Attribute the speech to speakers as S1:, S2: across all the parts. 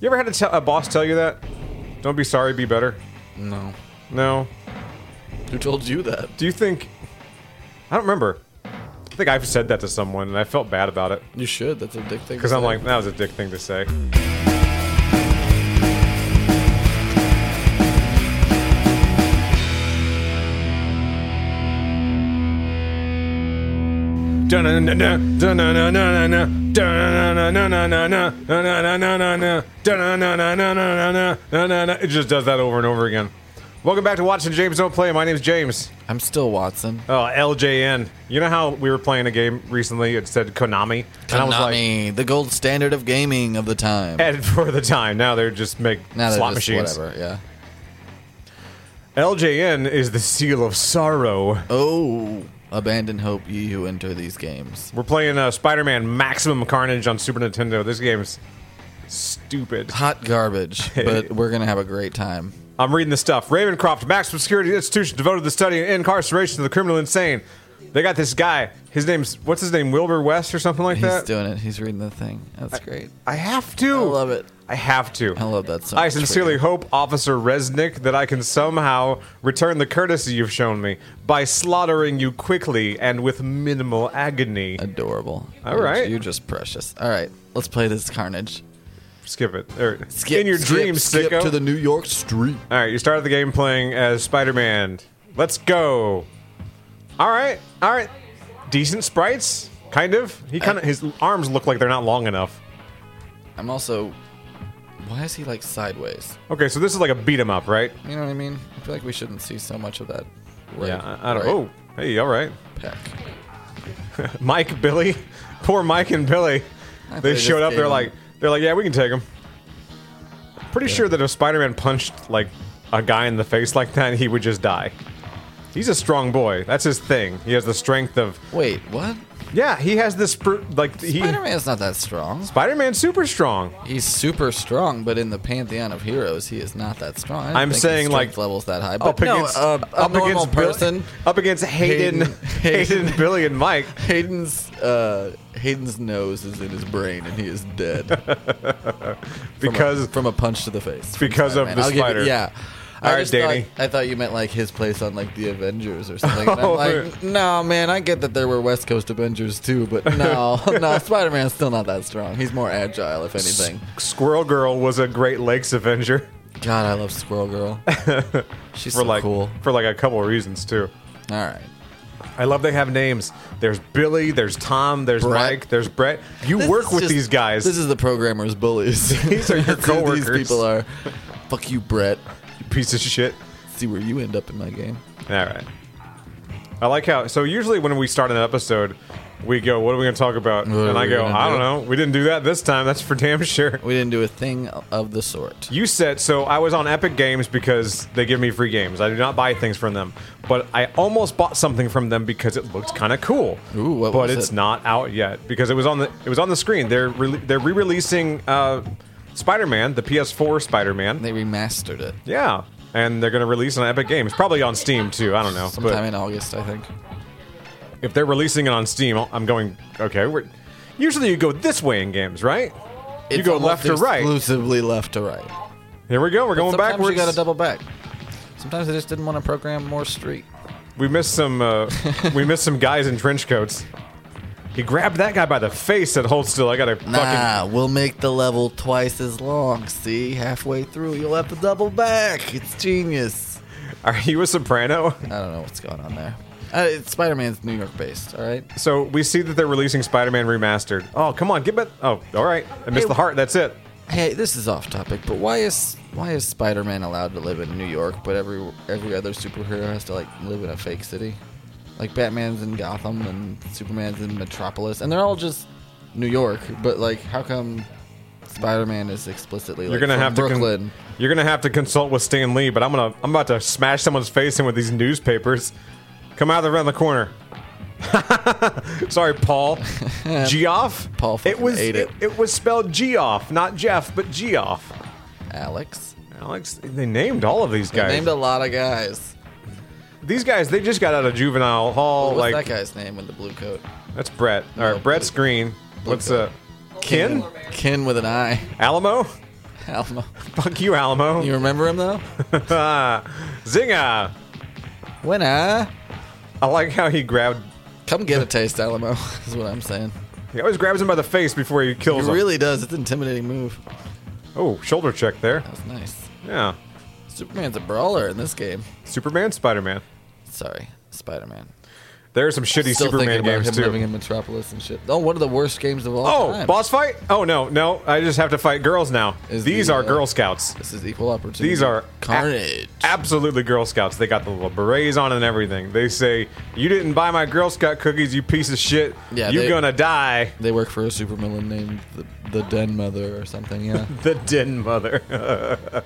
S1: You ever had a, tell a boss tell you that? Don't be sorry, be better.
S2: No.
S1: No.
S2: Who told you that?
S1: Do you think? I don't remember. I think I've said that to someone, and I felt bad about it
S2: You should. That's a dick thing. to
S1: because I'm
S2: say.
S1: like, that was a dick thing to say. It just does that over and over again. Welcome back to Watching James Don't Play. My name's James.
S2: I'm still Watson.
S1: Oh, LJN. You know how we were playing a game recently? It said Konami. And I was like,
S2: Konami, the gold standard of gaming of the time.
S1: and for the time. Now they're just make
S2: now they're
S1: slot
S2: just
S1: machines.
S2: Whatever. Yeah.
S1: LJN is the seal of sorrow.
S2: Oh, abandon hope, ye who enter these games.
S1: We're playing uh, Spider-Man Maximum Carnage on Super Nintendo. This game's stupid.
S2: Hot garbage, but we're gonna have a great time.
S1: I'm reading the stuff. Ravencroft, maximum security institution devoted to the study and incarceration of the criminal insane. They got this guy. His name's what's his name? Wilbur West or something like
S2: He's
S1: that.
S2: doing it. He's reading the thing. That's great.
S1: I have to.
S2: I love it.
S1: I have to.
S2: I love that so
S1: I
S2: much for
S1: sincerely
S2: you.
S1: hope, Officer Resnick, that I can somehow return the courtesy you've shown me by slaughtering you quickly and with minimal
S2: Uh,
S1: agony.
S2: Adorable.
S1: All
S2: You're-
S1: right.
S2: You're just precious. All right. Let's play this carnage.
S1: skip it. Or,
S2: Skip
S1: in your
S2: skip,
S1: dreams,
S2: skip
S1: sicko.
S2: to the New York street.
S1: All right, you started the game playing as Spider-Man. Let's go. All right, all right. Decent sprites, kind of.
S2: Uh,
S1: He kind of his arms look like they're not long enough.
S2: I'm also. Why is he like sideways?
S1: Okay, so this is like a beat 'em up, right?
S2: You know what I mean? I feel like we shouldn't see so much of that. Right,
S1: Yeah. I, I don't.
S2: right
S1: Oh, hey, all right.
S2: Peck.
S1: Mike, Billy, poor Mike and Billy.
S2: I
S1: They
S2: thought
S1: showed
S2: this
S1: up. They're
S2: game-
S1: like, they're like, yeah, we can take him. Pretty sure that if Spider-Man punched like a guy in the face like that, he would just die. He's a strong boy. That's his thing. He has the strength of
S2: Wait, what?
S1: Yeah, he has this spr- like he
S2: Spider Man's not that strong.
S1: Spider-Man's super strong.
S2: He's super strong, but in the pantheon of heroes, he is not that strong. I don't
S1: I'm
S2: think his
S1: saying,
S2: strength
S1: like,
S2: levels that high. But no, uh, a, a normal
S1: Bill-
S2: person.
S1: up against Hayden,
S2: Hayden-
S1: Hayden,
S2: Hayden.
S1: Billy, and Mike.
S2: Hayden's uh, Hayden's nose is in his brain, and he is dead from a-
S1: Because
S2: from a punch to the face from
S1: Because of
S2: Spider-Man.
S1: the
S2: I'll give you-
S1: spider.
S2: yeah. I
S1: All right,
S2: just
S1: Danny.
S2: Thought, I thought you meant like his place on like the Avengers or something. And
S1: Oh,
S2: I'm like, no, man, I get that there were West Coast Avengers too, but no, no, Spider Man's still not that strong. He's more agile, if anything.
S1: Squirrel Girl was a Great Lakes Avenger
S2: God, I love Squirrel Girl. She's
S1: for
S2: so
S1: like
S2: cool.
S1: for like a couple reasons too.
S2: All right,
S1: I love they have names. There's Billy, there's Tom, there's
S2: Brett.
S1: Mike, there's Brett. You
S2: This
S1: work
S2: is
S1: with
S2: just-
S1: these guys.
S2: This is the programmers' bullies.
S1: These are your
S2: That's who
S1: coworkers.
S2: These people are. Fuck you, Brett.
S1: you piece of shit.
S2: See where you end up in my game.
S1: All right. I like how. So usually when we start an episode, we go, "What are we going to talk about?"
S2: are
S1: and I
S2: we
S1: go,
S2: gonna
S1: "I
S2: do?"
S1: don't know. We didn't do that this time. That's for damn sure."
S2: We didn't do a thing of the sort.
S1: You said so. I was on Epic Games because they give me free games. I do not buy things from them, but I almost bought something from them because it looked kind of cool.
S2: Ooh, what
S1: but
S2: was
S1: it's
S2: it?
S1: not out yet because it was on the it was on the screen. They're re- they're re-releasing uh, Spider-Man, the PS4 Spider-Man.
S2: They remastered it
S1: yeah, and they're going to release it on Epic Games, probably on Steam too. I don't know,
S2: sometime
S1: but
S2: in August, I think.
S1: if they're releasing it on Steam, I'll- I'm going okay. We're, usually you go this way in games, right? you
S2: It's
S1: go
S2: almost
S1: left to right.
S2: Exclusively left to right.
S1: Here we go. We're going
S2: Sometimes
S1: backwards.
S2: you got to double back. Sometimes I just didn't want to program more street.
S1: We missed some. Uh, we missed some guys in trench coats. He grabbed that guy by the face. Said, "Hold still, I gotta fucking."
S2: Nah, we'll make the level twice as long. See, halfway through, you'll have to double back. It's genius.
S1: Are you a soprano?
S2: I don't know what's going on there. Uh, it's Spider-Man's New York based. All right.
S1: So we see that they're releasing Spider-Man remastered. Oh, come on, get back. Oh, all right. I missed
S2: Hey.
S1: the heart. That's it.
S2: Hey, this is off topic, but why is why is Spider-Man allowed to live in New York, but every every other superhero has to like live in a fake city? Like Batman's in Gotham and Superman's in Metropolis, and they're all just New York. But like, how come Spider-Man is explicitly like,
S1: You're gonna
S2: from
S1: have to. con-
S2: Brooklyn?
S1: you're gonna have to consult with Stan Lee. But I'm gonna. I'm about to smash someone's face in with these newspapers. Come out of the around the corner. Sorry, Paul. Geoff.
S2: Paul
S1: It
S2: fucking
S1: was.
S2: ate it.
S1: it was spelled Geoff, not Jeff, but Geoff.
S2: Alex
S1: Alex, they named all of these
S2: They
S1: guys.
S2: named a lot of guys.
S1: these guys, they just got out of juvenile hall.
S2: What was
S1: like
S2: that guy's name with the blue coat?
S1: that's Brett. All right,
S2: No,
S1: Brett's
S2: blue-
S1: green. What's
S2: guy.
S1: uh, Ken
S2: Ken with an eye.
S1: Alamo?
S2: Alamo.
S1: Fuck you, Alamo.
S2: You remember him though?
S1: Zinga!
S2: Winner.
S1: I like how he grabbed.
S2: Come get a taste, Alamo. Is what I'm saying.
S1: He always grabs him by the face before he
S2: It
S1: kills him.
S2: really does. It's an intimidating move.
S1: Oh, shoulder check there.
S2: That was nice.
S1: Yeah.
S2: Superman's a brawler in this game.
S1: Superman, Spider Man.
S2: Sorry, Spider-Man.
S1: There are some shitty
S2: Still
S1: Superman
S2: thinking about
S1: games
S2: him living
S1: too.
S2: in Metropolis and shit. Oh, one of the worst games of all
S1: Oh,
S2: time.
S1: boss fight? Oh no, no! I just have to fight girls now.
S2: Is
S1: These
S2: the,
S1: are
S2: uh,
S1: Girl Scouts.
S2: This is equal opportunity.
S1: These are a-
S2: carnage.
S1: absolutely Girl Scouts. They got the little berets on and everything. They say, "You didn't buy my Girl Scout cookies, you piece of shit.
S2: Yeah,
S1: You're
S2: they-
S1: gonna die."
S2: they work for a supervillain named the, the Den Mother or something. Yeah.
S1: The den mother.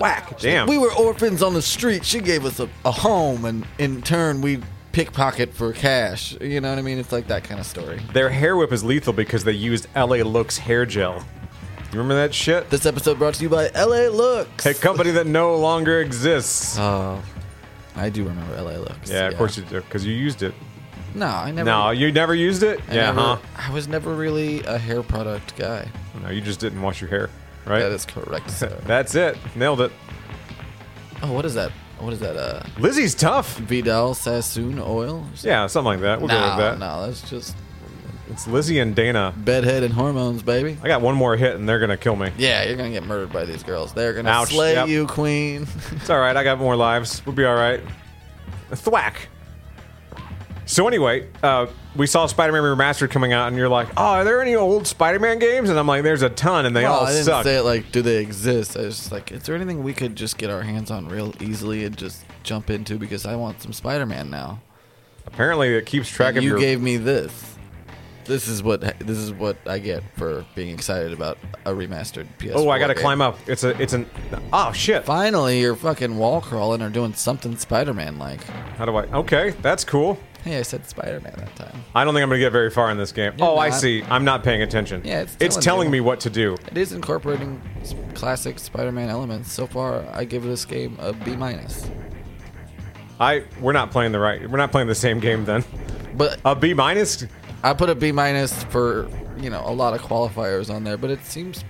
S1: Whack! Damn.
S2: We were orphans on the street. She gave us a, a home, and in turn, we pickpocket for cash. You know what I mean? It's like that kind of story.
S1: Their hair whip is lethal because they used LA Looks hair gel. You remember that shit?
S2: This episode brought to you by LA Looks.
S1: A company that no longer exists.
S2: Oh, I do remember LA Looks.
S1: yeah, of course you do, because you used it.
S2: No, I never.
S1: No, you never used it?
S2: I
S1: yeah,
S2: never-
S1: huh?
S2: I was never really a hair product guy.
S1: No, you just didn't wash your hair, right?
S2: That is correct. sir.
S1: That's it. Nailed it.
S2: oh, what is that? What is that? Uh,
S1: Lizzie's tough.
S2: Vidal Sassoon oil?
S1: Yeah, something like that. We'll go
S2: no,
S1: with that.
S2: no, that's just
S1: It's Lizzie and Dana.
S2: bedhead and hormones, baby.
S1: I got one more hit and they're gonna kill me.
S2: Yeah, you're gonna get murdered by these girls. They're gonna
S1: Ouch,
S2: slay
S1: yep.
S2: you, queen.
S1: It's all right. I got more lives. We'll be all right. Thwack. So anyway, uh, we saw Spider-Man Remastered coming out, and you're like, "Oh, are there any old Spider-Man games?" And I'm like, "There's a ton, and they
S2: Well,
S1: all
S2: I didn't
S1: suck."
S2: say it like, do they exist? I was just like, is there anything we could just get our hands on real easily and just jump into because I want some Spider-Man now.
S1: Apparently, it keeps track
S2: And
S1: of
S2: you
S1: your.
S2: gave me this. This is what this is what I get for being excited about a remastered PS.
S1: oh, I gotta climb up. It's a. It's an. Oh shit.
S2: Finally, you're fucking wall crawling or doing something Spider-Man like.
S1: How do I? Okay, that's cool.
S2: Hey, I said Spider-Man that time.
S1: I don't think I'm gonna get very far in this game.
S2: You're
S1: oh, I
S2: not.
S1: see. I'm not paying attention.
S2: Yeah, it's telling
S1: telling
S2: you.
S1: me what to do.
S2: It is incorporating s- classic Spider-Man elements. So far, I give this game a B minus.
S1: I. We're not playing the right. We're not playing the same game then.
S2: But
S1: A B minus.
S2: I put a B minus for you know a lot of qualifiers on there, but it seems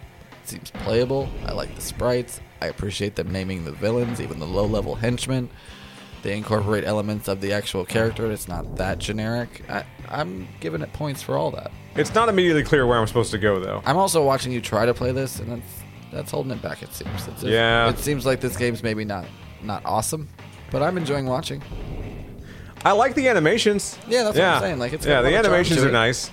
S2: seems playable. I like the sprites. I appreciate them naming the villains, even the low level henchmen. They incorporate elements of the actual character. and It's not that generic. I, I'm giving it points for all that.
S1: It's not immediately clear where I'm supposed to go though.
S2: I'm also watching you try to play this, and that's that's holding it back. It seems. It's just-
S1: Yeah.
S2: It seems like this game's maybe not not awesome, but I'm enjoying watching.
S1: I like the animations.
S2: Yeah, that's what I'm saying, like, it's
S1: yeah,
S2: got a
S1: the
S2: lot of charm
S1: animations
S2: to
S1: are
S2: it.
S1: nice.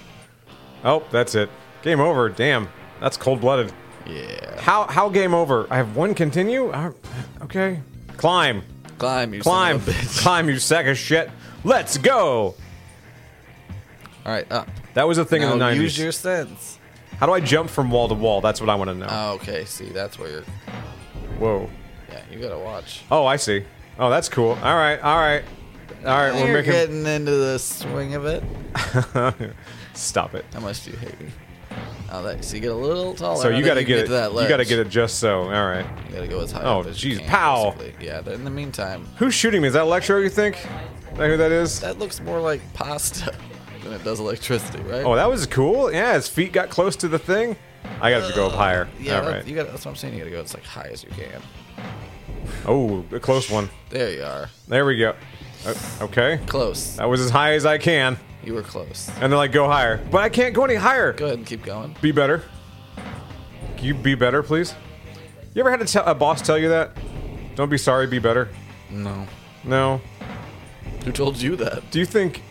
S1: Oh, that's it. Game over. Damn, that's cold blooded.
S2: Yeah.
S1: How how game over? I have one continue. I- okay, climb,
S2: Climb, you
S1: climb,
S2: Son of a bitch.
S1: climb. You sack of shit. Let's go.
S2: All right, up.
S1: That was a thing in the
S2: Now
S1: nineties.
S2: use your sense.
S1: how do I jump from wall to wall? That's what I want to know.
S2: Oh, okay, see, that's where you're.
S1: Whoa.
S2: Yeah, you gotta watch.
S1: Oh, I see. Oh, that's cool. All right, all right, all right.
S2: you're
S1: We're making.
S2: getting into the swing of it.
S1: Stop it.
S2: How much do you hate me? Oh, that, so you get a little taller.
S1: So
S2: I
S1: you
S2: think
S1: gotta
S2: can
S1: get it.
S2: to that
S1: You
S2: ledge.
S1: gotta get it just so. All right.
S2: You gotta go as high.
S1: Oh,
S2: up as
S1: jeez,
S2: you can,
S1: pow.
S2: basically. Yeah. but In the meantime,
S1: Who's shooting me? Is that Electro? You think? Is that who that is?
S2: that looks more like pasta than it does electricity, right?
S1: Oh, that was cool. Yeah, his feet got close to the thing. I gotta go up higher.
S2: Uh, yeah.
S1: All
S2: that-
S1: right.
S2: You got. That's what I'm saying. You gotta go as like high as you can.
S1: Oh, a close one.
S2: There you are.
S1: There we go. O- Okay.
S2: Close.
S1: That was as high as I can.
S2: You were close.
S1: And they're like, go higher. But I can't go any higher.
S2: Go ahead and keep going.
S1: Be better. Can you be better, please? You ever had a, tell a boss tell you that? Don't be sorry, be better?
S2: No.
S1: No.
S2: Who told you that?
S1: Do you think.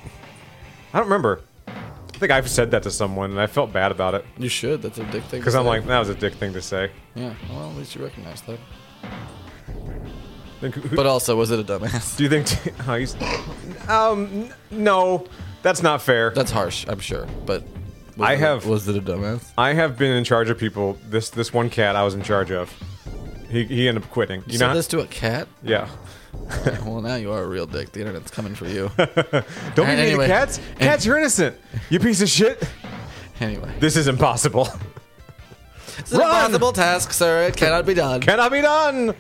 S1: I don't remember. I think I've said that to someone and I felt bad about it.
S2: You should. That's a dick thing. to
S1: Because I'm
S2: say.
S1: like, that was a dick thing to say.
S2: yeah. Well, at least you recognize that.
S1: Think, who-
S2: But also, was it a dumbass?
S1: Do you think? T- oh, he's, um, n- no, that's not fair.
S2: That's harsh, I'm sure. But was
S1: I
S2: it-
S1: have-
S2: was it a dumbass?
S1: I have been in charge of people. This this one cat I was in charge of. He, he ended up quitting. You
S2: You
S1: know?
S2: said this to a cat?
S1: yeah.
S2: well, now you are a real dick. The internet's coming for you.
S1: Don't be mean
S2: anyway.
S1: to cats. Cats, you're innocent. You piece of shit.
S2: anyway,
S1: This is impossible.
S2: it's an
S1: Run!
S2: impossible task, sir. It cannot be done.
S1: Cannot be done.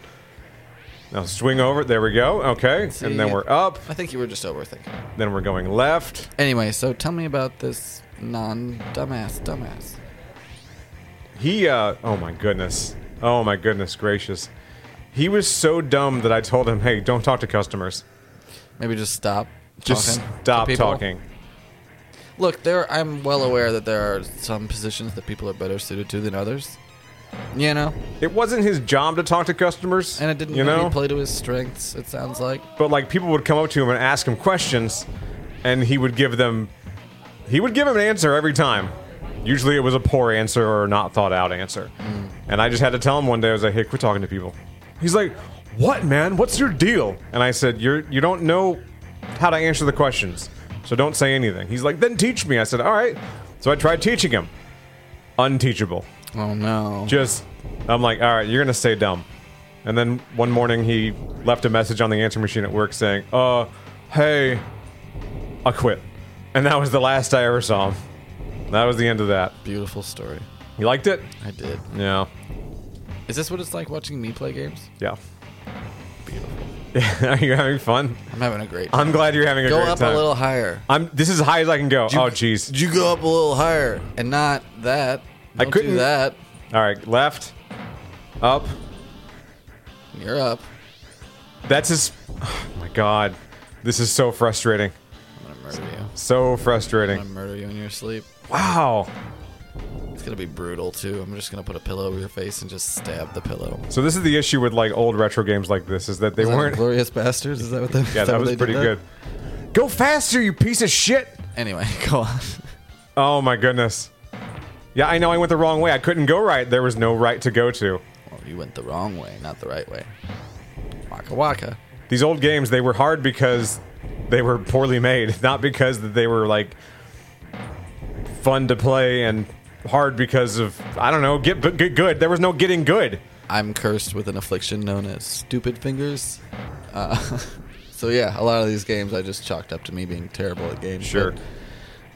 S1: Now swing over. There we go. Okay, and then
S2: See?
S1: we're up.
S2: I think you were just overthinking.
S1: Then we're going left.
S2: Anyway, so tell me about this non-dumbass dumbass.
S1: He, uh, oh my goodness. Oh my goodness gracious. He was so dumb that I told him, hey, don't talk to customers.
S2: Maybe just stop.
S1: Just
S2: talking to
S1: stop
S2: people.
S1: talking.
S2: Look, there. I'm well aware that there are some positions that people are better suited to than others. You know,
S1: It wasn't his job to talk to customers.
S2: and it didn't
S1: you
S2: really
S1: know?
S2: play to his strengths. It sounds like.
S1: But like people would come up to him and ask him questions, and he would give them, he would give him an answer every time. Usually it was a poor answer or a not thought out answer.
S2: Mm.
S1: And I just had to tell him one day, I was like, "Hey, quit talking to people." He's like, "What, man? What's your deal?" And I said, "You're you don't know how to answer the questions, so don't say anything." He's like, "Then teach me." I said, "All right." So I tried teaching him. Unteachable
S2: Oh no.
S1: just I'm like, all right, you're gonna stay dumb. And then one morning he left a message on the answering machine at work saying, uh, hey, I quit. And that was the last I ever saw him. That was the end of that.
S2: Beautiful story.
S1: You liked it?
S2: I did.
S1: Yeah.
S2: Is this what it's like watching me play games?
S1: Yeah. Beautiful. Are you having fun?
S2: I'm having a great.
S1: I'm glad you're having a
S2: go
S1: great
S2: up
S1: time.
S2: a little higher.
S1: I'm this is as high as I can go.
S2: You-
S1: oh jeez.
S2: Did you go up a little higher and not that?
S1: I
S2: Don't
S1: couldn't-
S2: do that.
S1: Alright, left. Up.
S2: You're up.
S1: That's his oh my god. This is so frustrating.
S2: I'm gonna murder you.
S1: So frustrating.
S2: I'm gonna murder you in your sleep.
S1: Wow.
S2: It's gonna be brutal too. I'm just gonna put a pillow over your face and just stab the pillow.
S1: So this is the issue with like old retro games like this is that they
S2: Is that
S1: weren't.
S2: glorious bastards. Is that what they? is
S1: yeah,
S2: what
S1: that was
S2: they did
S1: pretty good. Go faster, you piece of shit!
S2: Anyway, go on.
S1: Oh my goodness. Yeah, I know I went the wrong way. I couldn't go right. There was no right to go to.
S2: Well, you went the wrong way, not the right way. Waka waka.
S1: These old games they were hard because they were poorly made, not because they were like fun to play and hard because of I don't know get but get good. There was no getting good.
S2: I'm cursed with an affliction known as stupid fingers. Uh, so yeah, a lot of these games I just chalked up to me being terrible at games.
S1: Sure.
S2: but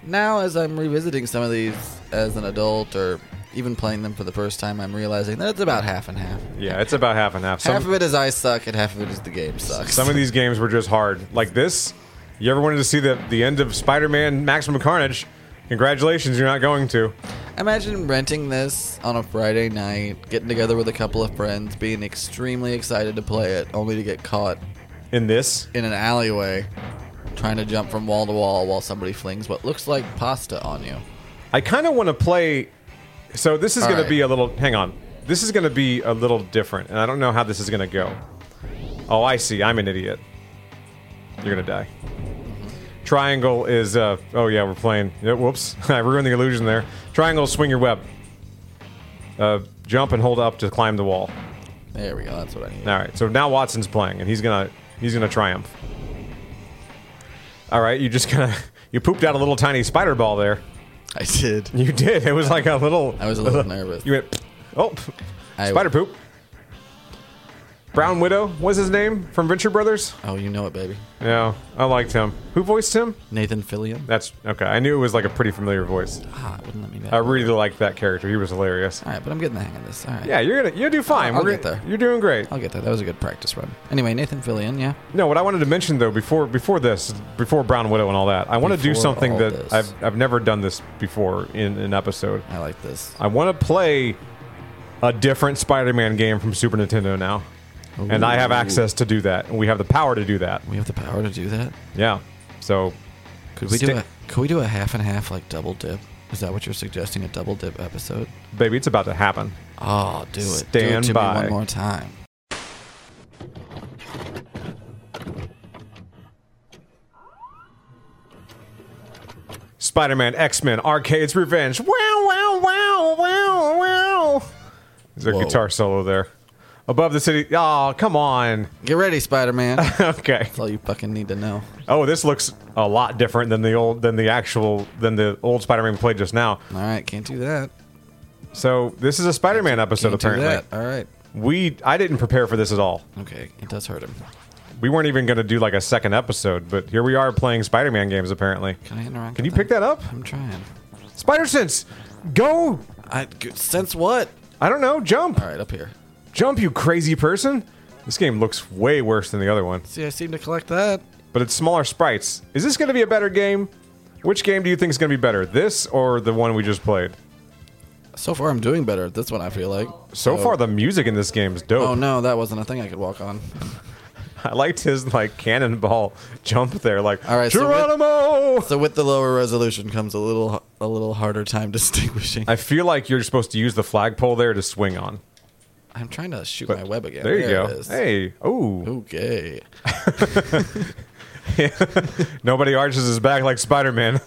S2: Now, as I'm revisiting some of these as an adult, or even playing them for the first time, I'm realizing that it's about half and half.
S1: Yeah, it's about half and half. Some,
S2: half of it is I suck, and half of it is the game sucks.
S1: Some of these games were just hard. Like this, you ever wanted to see the, the end of Spider Man Maximum Carnage? Congratulations, you're not going to.
S2: Imagine renting this on a Friday night, getting together with a couple of friends, being extremely excited to play it, only to get caught
S1: In this,
S2: in an alleyway trying to jump from wall to wall while somebody flings what looks like pasta on you.
S1: I kind of want to play. So this is
S2: All
S1: going to
S2: right.
S1: be a little. Hang on. This is going to be a little different, and I don't know how this is going to go. Oh, I see. I'm an idiot. You're going to die. Triangle is. Uh, oh, yeah, we're playing. Yeah, whoops. I ruined the illusion there. Triangle, swing your web. Uh, jump and hold up to climb the wall.
S2: There we go. That's what I need.
S1: All right. So now Watson's playing, and he's gonna he's gonna triumph. All right. You just kind of you pooped out a little tiny spider ball there.
S2: I did.
S1: You did. It was like a little.
S2: I was a little nervous.
S1: You went. Oh, pff,
S2: I-
S1: spider poop. Brown Widow was his name from Venture Brothers.
S2: Oh, you know it, baby.
S1: Yeah, I liked him. Who voiced him?
S2: Nathan Fillion.
S1: That's okay. I knew it was like a pretty familiar voice.
S2: Ah, it wouldn't let me back.
S1: I really liked that character. He was hilarious.
S2: All right, but I'm getting the hang of this. All right.
S1: Yeah, you're gonna you'll do fine.
S2: I'll
S1: We're
S2: get
S1: gonna-
S2: there.
S1: You're doing great.
S2: I'll get there. That was a good practice run. Anyway, Nathan Fillion, yeah.
S1: No, what I wanted to mention though before before this, before Brown Widow and all that, I want to do
S2: Before
S1: something
S2: all
S1: that
S2: this.
S1: I've I've never done this before in an episode.
S2: I like this.
S1: I want to play a different Spider-Man game from Super Nintendo now, and I have
S2: Ooh.
S1: access to do that, and we have the power to do that.
S2: We have the power to do that.
S1: Yeah, so
S2: Could we do
S1: Stick-
S2: a could we do a half and half like double dip? Is that what you're suggesting? A double dip episode?
S1: baby, it's about to happen.
S2: Oh, do it. do it
S1: Stand
S2: to
S1: by.
S2: me one more time.
S1: Spider-Man, X-Men, Arcade's Revenge. Wow, wow, wow, wow, wow. There's a
S2: Whoa.
S1: guitar solo there. Above the city. Oh, come on.
S2: Get ready, Spider Man. That's
S1: okay.
S2: all you fucking need to know.
S1: Oh, this looks a lot different than the old than the actual than the old Spider-Man we played just now.
S2: All right, can't do that.
S1: So this is a Spider-Man episode.
S2: Can't do
S1: Apparently,
S2: that. All right.
S1: we I didn't prepare for this at all.
S2: Okay, it does hurt him.
S1: We weren't even going to do like a second episode, but here we are playing Spider-Man games. Apparently,
S2: Can I interact?
S1: can you
S2: with
S1: pick that up?
S2: I'm trying.
S1: Spider sense, go!
S2: I g- sense what?
S1: I don't know, jump,
S2: All right, up here.
S1: jump, you crazy person! This game looks way worse than the other one,
S2: See, I seem to collect that.
S1: but it's smaller sprites. Is this going to be a better game? Which game do you think is going to be better, this or the one we just played?
S2: So far, I'm doing better at this one. I feel like.
S1: So far, the music in this game is dope.
S2: Oh no, that wasn't a thing I could walk on.
S1: I liked his like cannonball jump there, like
S2: All right, so what-
S1: Geronimo.
S2: So with the lower resolution comes a little a little harder time distinguishing.
S1: I feel like you're supposed to use the flagpole there to swing on.
S2: I'm trying to shoot my web again.
S1: There you
S2: It
S1: go.
S2: is.
S1: Hey, oh,
S2: Okay.
S1: nobody arches his back like Spider-Man.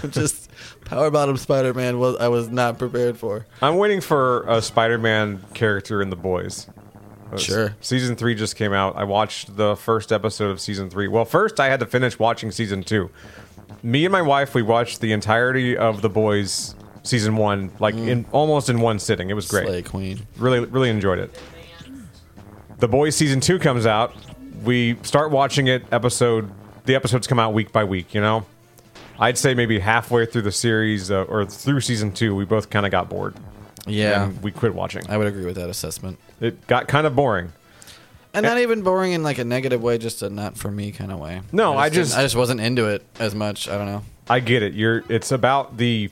S2: Just power bottom Spider-Man was I was not prepared for.
S1: I'm waiting for a Spider-Man character in The Boys. Uh,
S2: Sure.
S1: Season three just came out. I watched the first episode of season three. Well, first I had to finish watching season two. Me and my wife, we watched the entirety of The Boys season one, like
S2: Mm.
S1: in almost in one sitting. It was great.
S2: Slay Queen.
S1: Really, really enjoyed it. The Boys season two comes out. We start watching it. Episode the episodes come out week by week. You know, I'd say maybe halfway through the series uh, or through season two, we both kind of got bored.
S2: Yeah,
S1: and we quit watching.
S2: I would agree with that assessment.
S1: It got kind of boring.
S2: And not even boring in like a negative way, just a not for me kind of way.
S1: No, I
S2: didn't-
S1: just-
S2: I just wasn't into it as much. I don't know.
S1: I get it. You're. It's about the.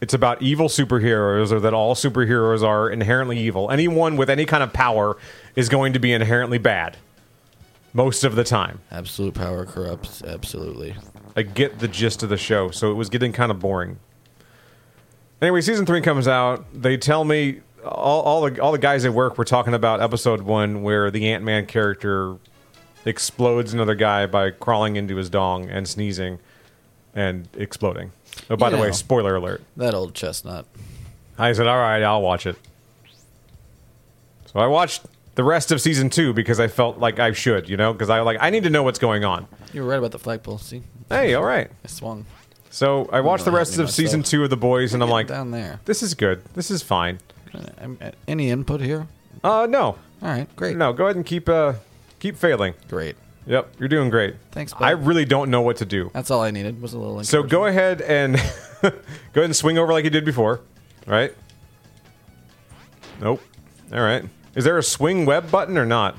S1: It's about evil superheroes, or that all superheroes are inherently evil. Anyone with any kind of power is going to be inherently bad, most of the time.
S2: Absolute power corrupts. Absolutely.
S1: I get the gist of the show, so it was getting kind of boring. Anyway, season three comes out. They tell me all, all the all the guys at work were talking about episode one, where the Ant Man character explodes another guy by crawling into his dong and sneezing and exploding. Oh, by the way,
S2: Yeah.
S1: spoiler alert.
S2: That old chestnut.
S1: I said, "All right, I'll watch it." So I watched the rest of season two because I felt like I should, you know, because I like I need to know what's going on.
S2: You were right about the flagpole. See,
S1: Hey, all right.
S2: I swung
S1: So I watched the
S2: don't know,
S1: rest
S2: I mean,
S1: of season
S2: myself.
S1: two of The Boys, and I'm like,
S2: down there.
S1: this is good. This is fine.
S2: Um, Any input here?
S1: Uh, no,
S2: All right, great.
S1: no. Go ahead and keep uh, keep failing.
S2: Great.
S1: Yep, you're doing great.
S2: Thanks, bud.
S1: I really don't know what to do.
S2: That's all I needed was a little.
S1: So go ahead and go ahead and swing over like you did before. Right? Nope. All right. Is there a swing web button or not?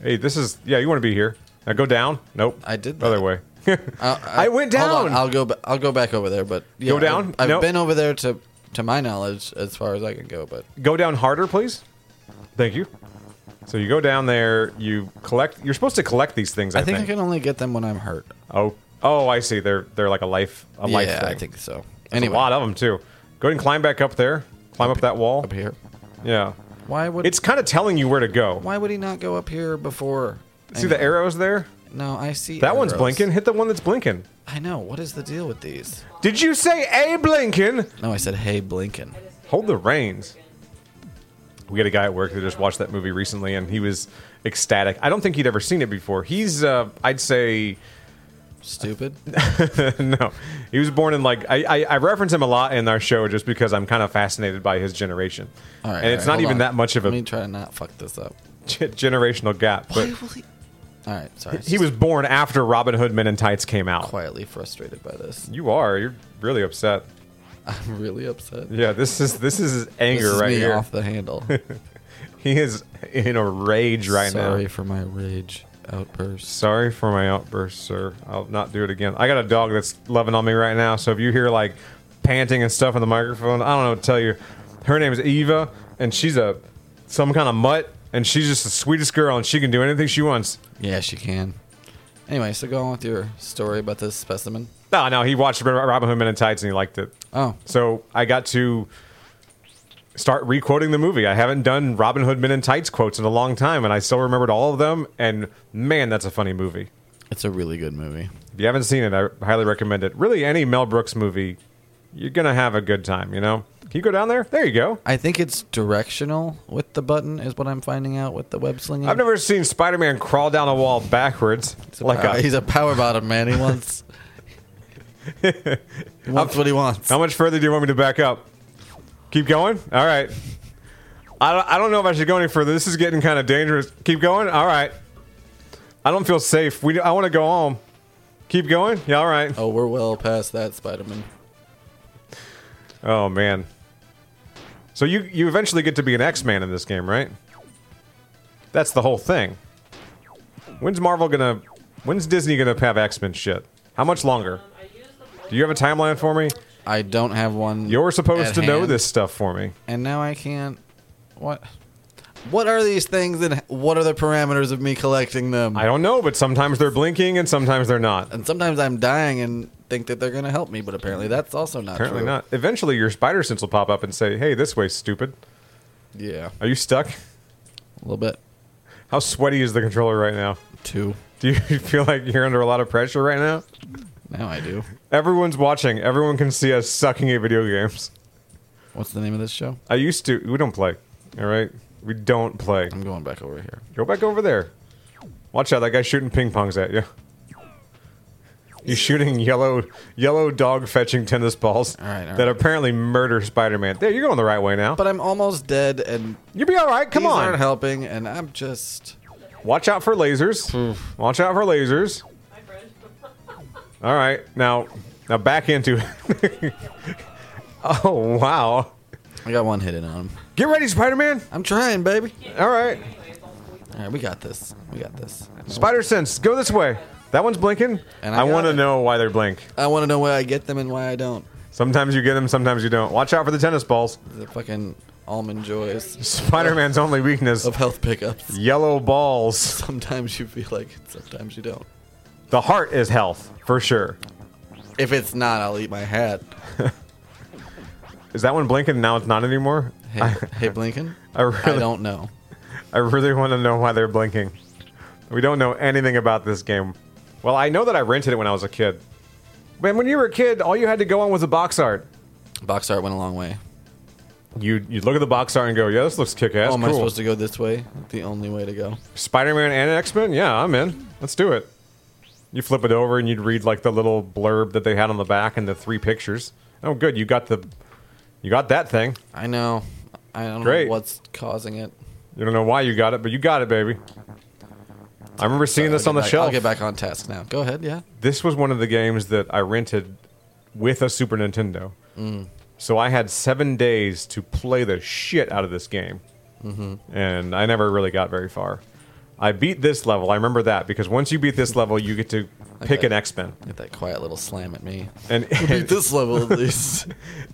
S1: Hey, this is yeah. You want to be here? Now go down. Nope.
S2: I did
S1: Other
S2: that.
S1: way.
S2: I,
S1: I went
S2: hold on,
S1: down!
S2: I'll go. Ba- I'll go back over there. But yeah,
S1: Go down?
S2: I've, I've
S1: Nope.
S2: been over there to to my knowledge as far as I can go. But
S1: go down harder, please. Thank you. So you go down there. You collect. You're supposed to collect these things. I,
S2: I think I can only get them when I'm hurt.
S1: Oh, oh, I see. They're they're like a life a life
S2: yeah,
S1: thing.
S2: I think so.
S1: There's
S2: anyway,
S1: a lot of them too. Go ahead and climb back up there. Climb up that wall.
S2: up here.
S1: Yeah,
S2: Why would
S1: it's kind of telling you where to go.
S2: Why would he not go up here before?
S1: See the arrows there?
S2: No, I see.
S1: That one's
S2: arrows.
S1: blinking. Hit the one that's blinking.
S2: I know. What is the deal with these?
S1: Did you say a blinking?
S2: No, I said, hey, blinking.
S1: Hold the reins. We had a guy at work that just watched that movie recently, and he was ecstatic. I don't think he'd ever seen it before. He's, uh, I'd say,
S2: Stupid.
S1: no. He was born in like I, I, I reference him a lot in our show just because I'm kind of fascinated by his generation,
S2: All right.
S1: and it's
S2: all
S1: not
S2: right, hold
S1: even
S2: on.
S1: that much of a
S2: Let me try to not fuck this up.
S1: ge- generational gap. But
S2: Why will he? All right. Sorry.
S1: he was born after Robin Hood Men in Tights came out.
S2: quietly frustrated by this.
S1: You are you're really upset.
S2: I'm really upset.
S1: Yeah, this is this is his anger
S2: This is
S1: right
S2: me
S1: here.
S2: off the handle.
S1: He is in a rage right
S2: Sorry
S1: now.
S2: for my rage outburst.
S1: Sorry for my outburst, sir. I'll not do it again. I got a dog that's loving on me right now, so if you hear like panting and stuff in the microphone, I don't know what to tell you. Her name is Eva, and she's a some kind of mutt, and she's just the sweetest girl, and she can do anything she wants.
S2: Yeah, she can. Anyway, so go on with your story about this specimen.
S1: No, no, he watched Robin Hood Men in Tights and he liked it.
S2: Oh,
S1: So I got to start requoting the movie. I haven't done Robin Hood Men in Tights quotes in a long time, and I still remembered all of them. And man, that's a funny movie.
S2: it's a really good movie.
S1: If you haven't seen it, I highly recommend it. Really, any Mel Brooks movie, you're gonna have a good time. You know? Can you go down there? There you go.
S2: I think it's directional with the button, is what I'm finding out with the web slinging.
S1: I've never seen Spider-Man crawl down a wall backwards like
S2: Power-
S1: a.
S2: he's a power bottom man. He wants. he wants what he wants.
S1: How much further do you want me to back up? Keep going? All right. I don't, I don't know if I should go any further. This is getting kind of dangerous. Keep going? All right. I don't feel safe. We, I want to go home. Keep going? Yeah, all right.
S2: Oh, we're well past that, Spider Man.
S1: Oh, man. So you, you eventually get to be an X-Man in this game, right? That's the whole thing. When's Marvel gonna... When's Disney gonna have X-Men shit? How much longer? Do you have a timeline for me?
S2: I don't have one.
S1: You're supposed
S2: at
S1: to know
S2: hand,
S1: this stuff for me.
S2: and now I can't. What? What are these things, and what are the parameters of me collecting them?
S1: I don't know, but sometimes they're blinking and sometimes they're not.
S2: and sometimes I'm dying and think that they're going to help me, but apparently that's also not
S1: Apparently
S2: true.
S1: not. Eventually, your spider sense will pop up and say, "Hey, this way, stupid.
S2: Yeah,
S1: Are you stuck?
S2: a little bit.
S1: How sweaty is the controller right now?
S2: Two.
S1: Do you feel like you're under a lot of pressure right now?
S2: Now I do.
S1: Everyone's watching. Everyone can see us sucking at video games.
S2: What's the name of this show?
S1: I used to. We don't play. All right, we don't play.
S2: I'm going back over here.
S1: Go back over there. Watch out! That guy's shooting ping pongs at you. He's shooting yellow, yellow dog fetching tennis balls
S2: All right, all
S1: that
S2: right.
S1: apparently murder Spider-Man. There, you're going the right way now.
S2: But I'm almost dead, and
S1: You'll be all right. Come
S2: these
S1: on.
S2: aren't helping, and I'm just.
S1: Watch out for lasers. Watch out for lasers. All right, now, now back into. it. oh wow!
S2: I got one hit in on him.
S1: Get ready, Spider-Man.
S2: I'm trying, baby.
S1: All right,
S2: All right, we got this. We got this.
S1: Spider Sense, go this way. That one's blinking.
S2: And
S1: I,
S2: I got
S1: want to
S2: it.
S1: know why they're blink.
S2: I want to know why I get them and why I don't.
S1: Sometimes you get them, sometimes you don't. Watch out for the tennis balls.
S2: The fucking almond joys
S1: Spider-Man's only weakness:
S2: of health pickups.
S1: yellow balls.
S2: Sometimes you feel like it, sometimes you don't.
S1: The heart is health for sure.
S2: If it's not, I'll eat my hat.
S1: Is that one blinking? Now it's not anymore.
S2: Hey,
S1: I,
S2: hey Blinken.
S1: I really-
S2: I don't know.
S1: I really want to know why they're blinking. We don't know anything about this game. Well, I know that I rented it when I was a kid. Man, when you were a kid, all you had to go on was a box art.
S2: Box art went a long way.
S1: You you look at the box art and go, "Yeah, this looks kick-ass."
S2: oh, am I
S1: cool.
S2: supposed to go this way? The only way to go.
S1: Spider-Man and X-Men? Yeah, I'm in. Let's do it. You flip it over and you'd read like the little blurb that they had on the back and the three pictures. Oh, good. You got the you got that thing.
S2: I know. I don't
S1: Great.
S2: know what's causing it.
S1: You don't know why you got it, but you got it, baby. I remember seeing this
S2: I'll
S1: on
S2: get
S1: the
S2: back-
S1: shelf.
S2: I'll get back on task now. Go ahead. Yeah.
S1: This was one of the games that I rented with a Super Nintendo.
S2: Mm.
S1: So I had seven days to play the shit out of this game.
S2: Mm-hmm.
S1: And I never really got very far. I beat this level. I remember that because once you beat this level, you get to pick
S2: Okay.
S1: an X-Men.
S2: Get that quiet little slam at me.
S1: And
S2: Beat this level at least.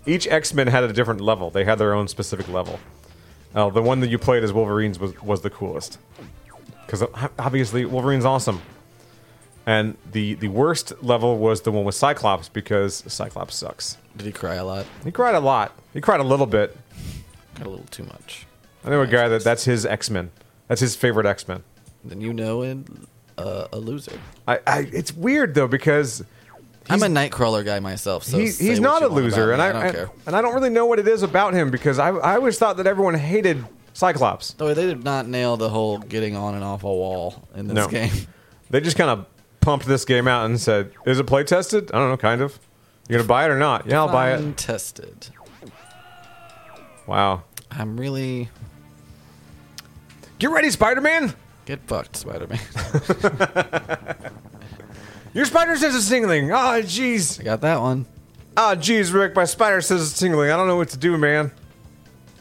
S1: each X Men had a different level. They had their own specific level. Uh, the one that you played as Wolverine's was, was the coolest. Because obviously, Wolverine's awesome. And the, the worst level was the one with Cyclops because Cyclops sucks.
S2: Did he cry a lot?
S1: He cried a lot. He cried a little bit.
S2: Got a little too much.
S1: I know a guy that that's his X Men. That's his favorite X Men.
S2: Then you know and uh, a loser.
S1: I, I, it's weird though because
S2: I'm a Nightcrawler guy myself, so
S1: he,
S2: say
S1: he's
S2: what
S1: not
S2: you
S1: a
S2: want
S1: loser, and
S2: about
S1: I,
S2: me. I don't
S1: and-
S2: care.
S1: and I don't really know what it is about him because I, I always thought that everyone hated Cyclops.
S2: Though they did not nail the whole getting on and off a wall in this
S1: No.
S2: game.
S1: They just kind of pumped this game out and said, "Is it play tested?" I don't know, kind of. You gonna buy it or not? Yeah, I'll buy it.
S2: Untested.
S1: Wow.
S2: I'm really
S1: Get ready, Spider-Man.
S2: get fucked, Spider-Man.
S1: Your spider sense is tingling. Ah, jeez.
S2: I got that one.
S1: Ah, jeez, Rick. My spider sense is tingling. I don't know what to do, man.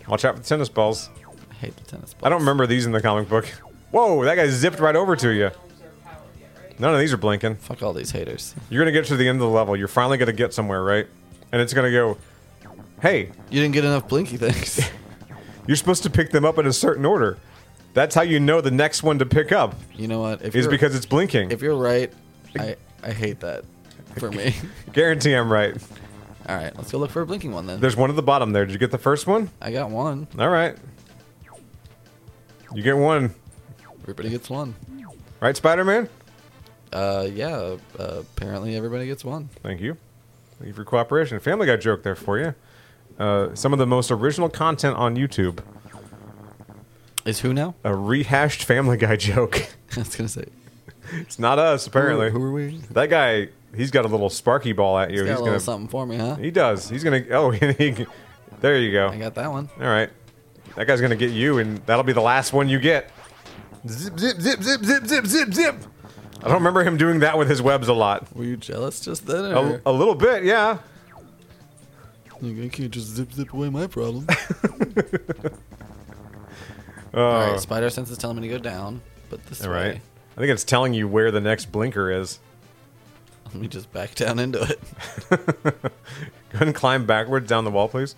S1: Watch out for the tennis balls.
S2: I hate the tennis ball.
S1: I don't remember these in the comic book. Whoa, that guy zipped right over to you. None of these are blinking.
S2: Fuck all these haters.
S1: You're gonna get to the end of the level. You're finally gonna get somewhere, right? And it's gonna go, "Hey,
S2: You didn't get enough blinky things.
S1: You're supposed to pick them up in a certain order. That's how you know the next one to pick up
S2: you know what? If
S1: is
S2: you're,
S1: because it's blinking.
S2: if you're right, I I hate that for me.
S1: Guarantee I'm right.
S2: all right, let's go look for a blinking one then.
S1: There's one at the bottom there. Did you get the first one?
S2: I got one.
S1: All right. You get one,
S2: Everybody gets one.
S1: right, Spider-Man?
S2: Uh, yeah. Uh, apparently, everybody gets one.
S1: Thank you. Thank you for your cooperation. Family Guy joke there for you. Uh, some of the most original content on YouTube.
S2: Is who now?
S1: A rehashed Family Guy joke.
S2: I was gonna say.
S1: it's not us, apparently.
S2: Who, who are we? He's
S1: That guy, he's got a little sparky ball at you.
S2: got a
S1: he's
S2: little
S1: gonna.
S2: something for me, huh?
S1: He does. He's gonna. Oh, he, there you go.
S2: I got that one.
S1: All right. That guy's going to get you, and that'll be the last one you get. Zip, zip, zip, zip, zip, zip, zip, zip. I don't remember him doing that with his webs a lot.
S2: Were you jealous just then?
S1: A,
S2: Or?
S1: a little bit, yeah. oh.
S2: Like, I can't just zip zip away my problem. All
S1: Uh,
S2: right, spider sense is telling me to go down, but this
S1: all
S2: way.
S1: right. I think it's telling you where the next blinker is.
S2: Let me just back down into it.
S1: Go ahead and climb backwards down the wall, please.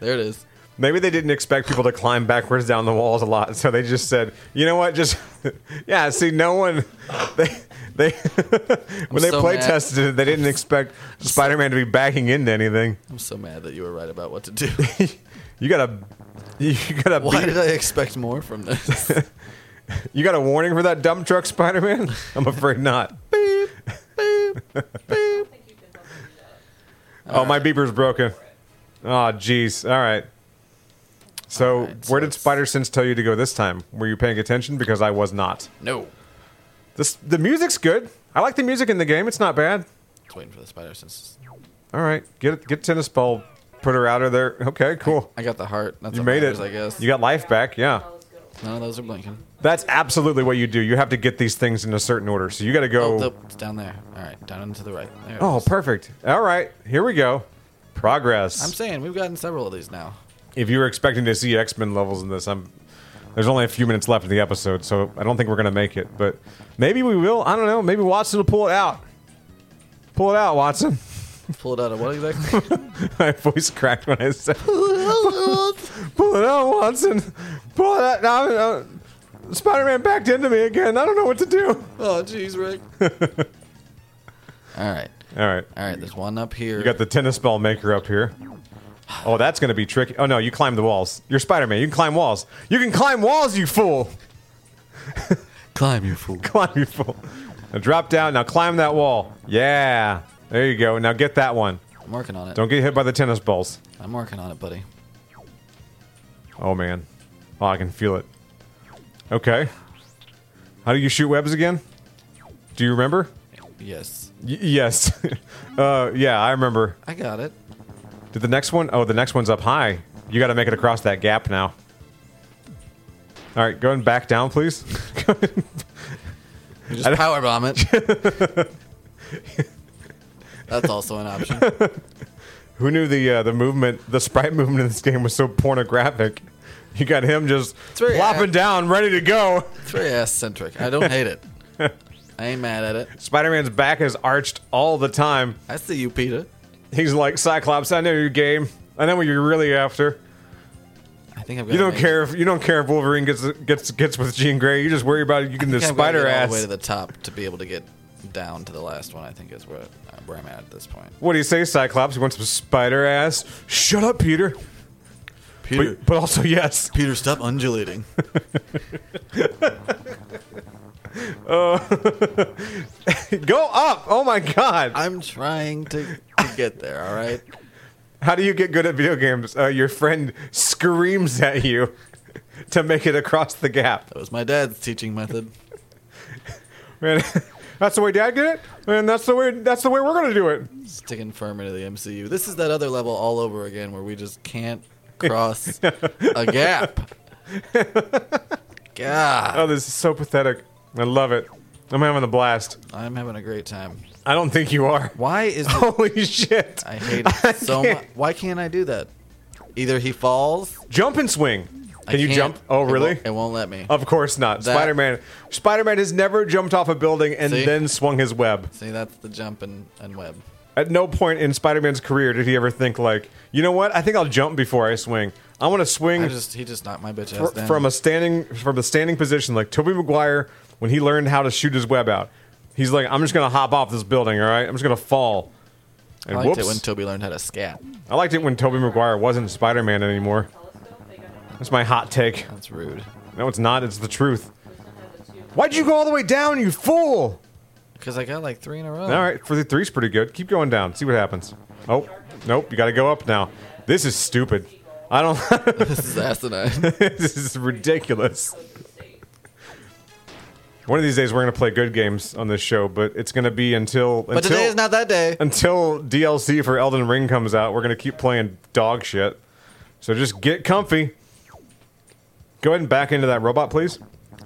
S2: There it is.
S1: Maybe they didn't expect people to climb backwards down the walls a lot, so they just said, "You know what? Just yeah." See, no one they they when they
S2: so
S1: play
S2: mad.
S1: tested it, they didn't expect Spider-Man to be backing into anything.
S2: I'm so mad that you were right about what to do.
S1: You got a you got a
S2: Why
S1: beat-
S2: did I expect more from this?
S1: you got a warning for that dump truck, Spider-Man. I'm afraid not. oh, my beeper's broken. Oh, jeez. All right. So,
S2: right, so
S1: where did
S2: it's-
S1: Spider Sense tell you to go this time? Were you paying attention? Because I was not.
S2: no.
S1: This the music's good. I like the music in the game. It's not bad.
S2: Just waiting for the spider sense.
S1: All right, get get tennis ball, put her out of there. Okay, cool.
S2: I got the heart. That's
S1: You
S2: what
S1: made
S2: matters,
S1: it.
S2: I guess.
S1: You got life back. Yeah,
S2: None of those are blinking.
S1: that's absolutely what you do. You have to get these things in a certain order. So you got to
S2: Oh,
S1: go.
S2: nope, it's down there. All right, down and to the right. There it
S1: Oh,
S2: is.
S1: perfect. All right, here we go.
S2: I'm
S1: Progress.
S2: saying we've gotten several of these now.
S1: If you were expecting to see X Men levels in this, I'm. There's only a few minutes left in the episode, so I don't think we're gonna make it. But maybe we will. I don't know. Maybe Watson will pull it out. Pull it out, Watson.
S2: Pull it out of what exactly?
S1: My voice cracked when I said. Pull it out, Watson. Pull it out. No, no. Spider-Man backed into me again. I don't know what to do.
S2: oh, jeez, Rick. All right.
S1: All right.
S2: All right, there's one up here.
S1: You got the tennis ball maker up here. Oh, that's going to be tricky. Oh, no. You climb the walls. You're Spider-Man. You can climb walls. You can climb walls, you fool.
S2: climb, you fool.
S1: Climb, you fool. Now drop down. Now climb that wall. Yeah. There you go. Now get that one.
S2: I'm working on it.
S1: Don't get hit by the tennis balls.
S2: I'm working on it, buddy.
S1: Oh, man. Oh, I can feel it. Okay. How do you shoot webs again? Do you remember?
S2: Yes,
S1: Y- yes. uh, yeah, I remember.
S2: I got it.
S1: Did the next one? Oh, the next one's up high. You got to make it across that gap now. All right, go and back down, please.
S2: You
S1: I don't-
S2: just power bomb it. That's also an option.
S1: Who knew the uh, the movement, the sprite movement in this game was so pornographic? You got him just
S2: very
S1: flopping
S2: ac-
S1: down, ready to go.
S2: It's very ass centric. I don't hate it. I ain't mad at it.
S1: Spider-Man's back is arched all the time.
S2: I see you, Peter.
S1: He's like Cyclops. I know your game. I know what you're really after.
S2: I think I've got.
S1: You don't care if you don't care if Wolverine gets gets gets with Jean Grey. You just worry about you getting the spider
S2: get
S1: ass.
S2: all the way to the top to be able to get down to the last one. I think is where where I'm at at this point.
S1: What do you say, Cyclops? You want some spider ass? Shut up, Peter.
S2: Peter,
S1: But, but also, yes.
S2: Peter, stop undulating.
S1: Go up. Oh my god.
S2: I'm trying to, to get there. All right.
S1: How do you get good at video games? Uh, your friend screams at you to make it across the gap.
S2: That was my dad's teaching method.
S1: Man, that's the way Dad did it, and that's the way that's the way we're gonna do it.
S2: Sticking firm into the MCU. This is that other level all over again where we just can't cross a gap. God,
S1: Oh, this is so pathetic. I love it. I'm having a blast.
S2: I'm having a great time.
S1: I don't think you are.
S2: Why is it-
S1: Holy shit!
S2: I hate it so
S1: Oh, can't.
S2: much? Why can't I do that? Either he falls.
S1: Jump and swing.
S2: I
S1: Can you
S2: can't-
S1: jump? Oh,
S2: it won't-
S1: really?
S2: It won't, let me.
S1: Of course not.
S2: That-
S1: Spider Man. Spider Man has never jumped off a building and
S2: See?
S1: then swung his web.
S2: See, that's the jump and, and web.
S1: At no point in Spider Man's career did he ever think like, you know what? I think I'll jump before I swing. I want to swing
S2: I just he just knocked my bitch
S1: fr-
S2: ass down.
S1: from a standing from a standing position like Toby Maguire when he learned how to shoot his web out. He's like, I'm just gonna hop off this building. All right, I'm just gonna fall.
S2: I
S1: And
S2: liked
S1: whoops,
S2: it when Toby learned how to scat.
S1: I liked it when Toby Maguire wasn't Spider Man anymore. That's my hot take.
S2: That's rude.
S1: No, it's not. It's the truth. Why'd you go all the way down, you fool?
S2: Because I got like three in a row.
S1: All right, for the three's pretty good. Keep going down. See what happens. Oh, nope. You got to go up now. This is stupid. I don't.
S2: This is asinine.
S1: this is ridiculous. One of these days we're gonna play good games on this show, but it's gonna be until
S2: but
S1: until
S2: today is not that day.
S1: until DLC for Elden Ring comes out. We're gonna keep playing dog shit. So just get comfy. Go ahead and back into that robot, please.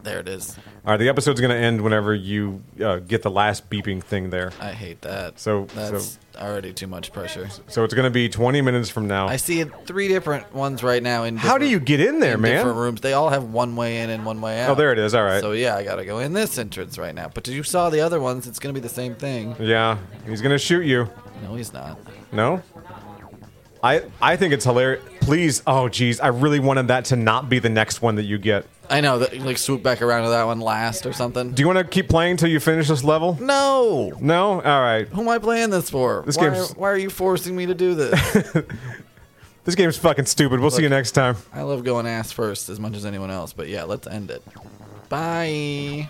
S2: There it is.
S1: All right, the episode's going to end whenever you uh, get the last beeping thing there.
S2: I hate that.
S1: So-
S2: that's
S1: so-
S2: already too much pressure.
S1: So it's going to be 20 minutes from now.
S2: I see it three different ones right now. In
S1: How do
S2: different-
S1: you get in there,
S2: in
S1: man?
S2: Different rooms. They all have one way in and one way out.
S1: Oh, there it is. All right.
S2: So yeah, I gotta go in this entrance right now. But you saw the other ones. It's gonna be the same thing.
S1: yeah, he's going to shoot you.
S2: No, he's not.
S1: No? I I think it's hilarious. Please. Oh, geez. I really wanted that to not be the next one that you get.
S2: I know. That, like swoop back around to that one last or something.
S1: Do you want to keep playing till you finish this level?
S2: no.
S1: No? All right.
S2: Who am I playing this for?
S1: This
S2: why,
S1: game's-
S2: why are you forcing me to do this?
S1: This game's fucking stupid. We'll see you next time.
S2: I love going ass first as much as anyone else, but yeah, let's end it. Bye.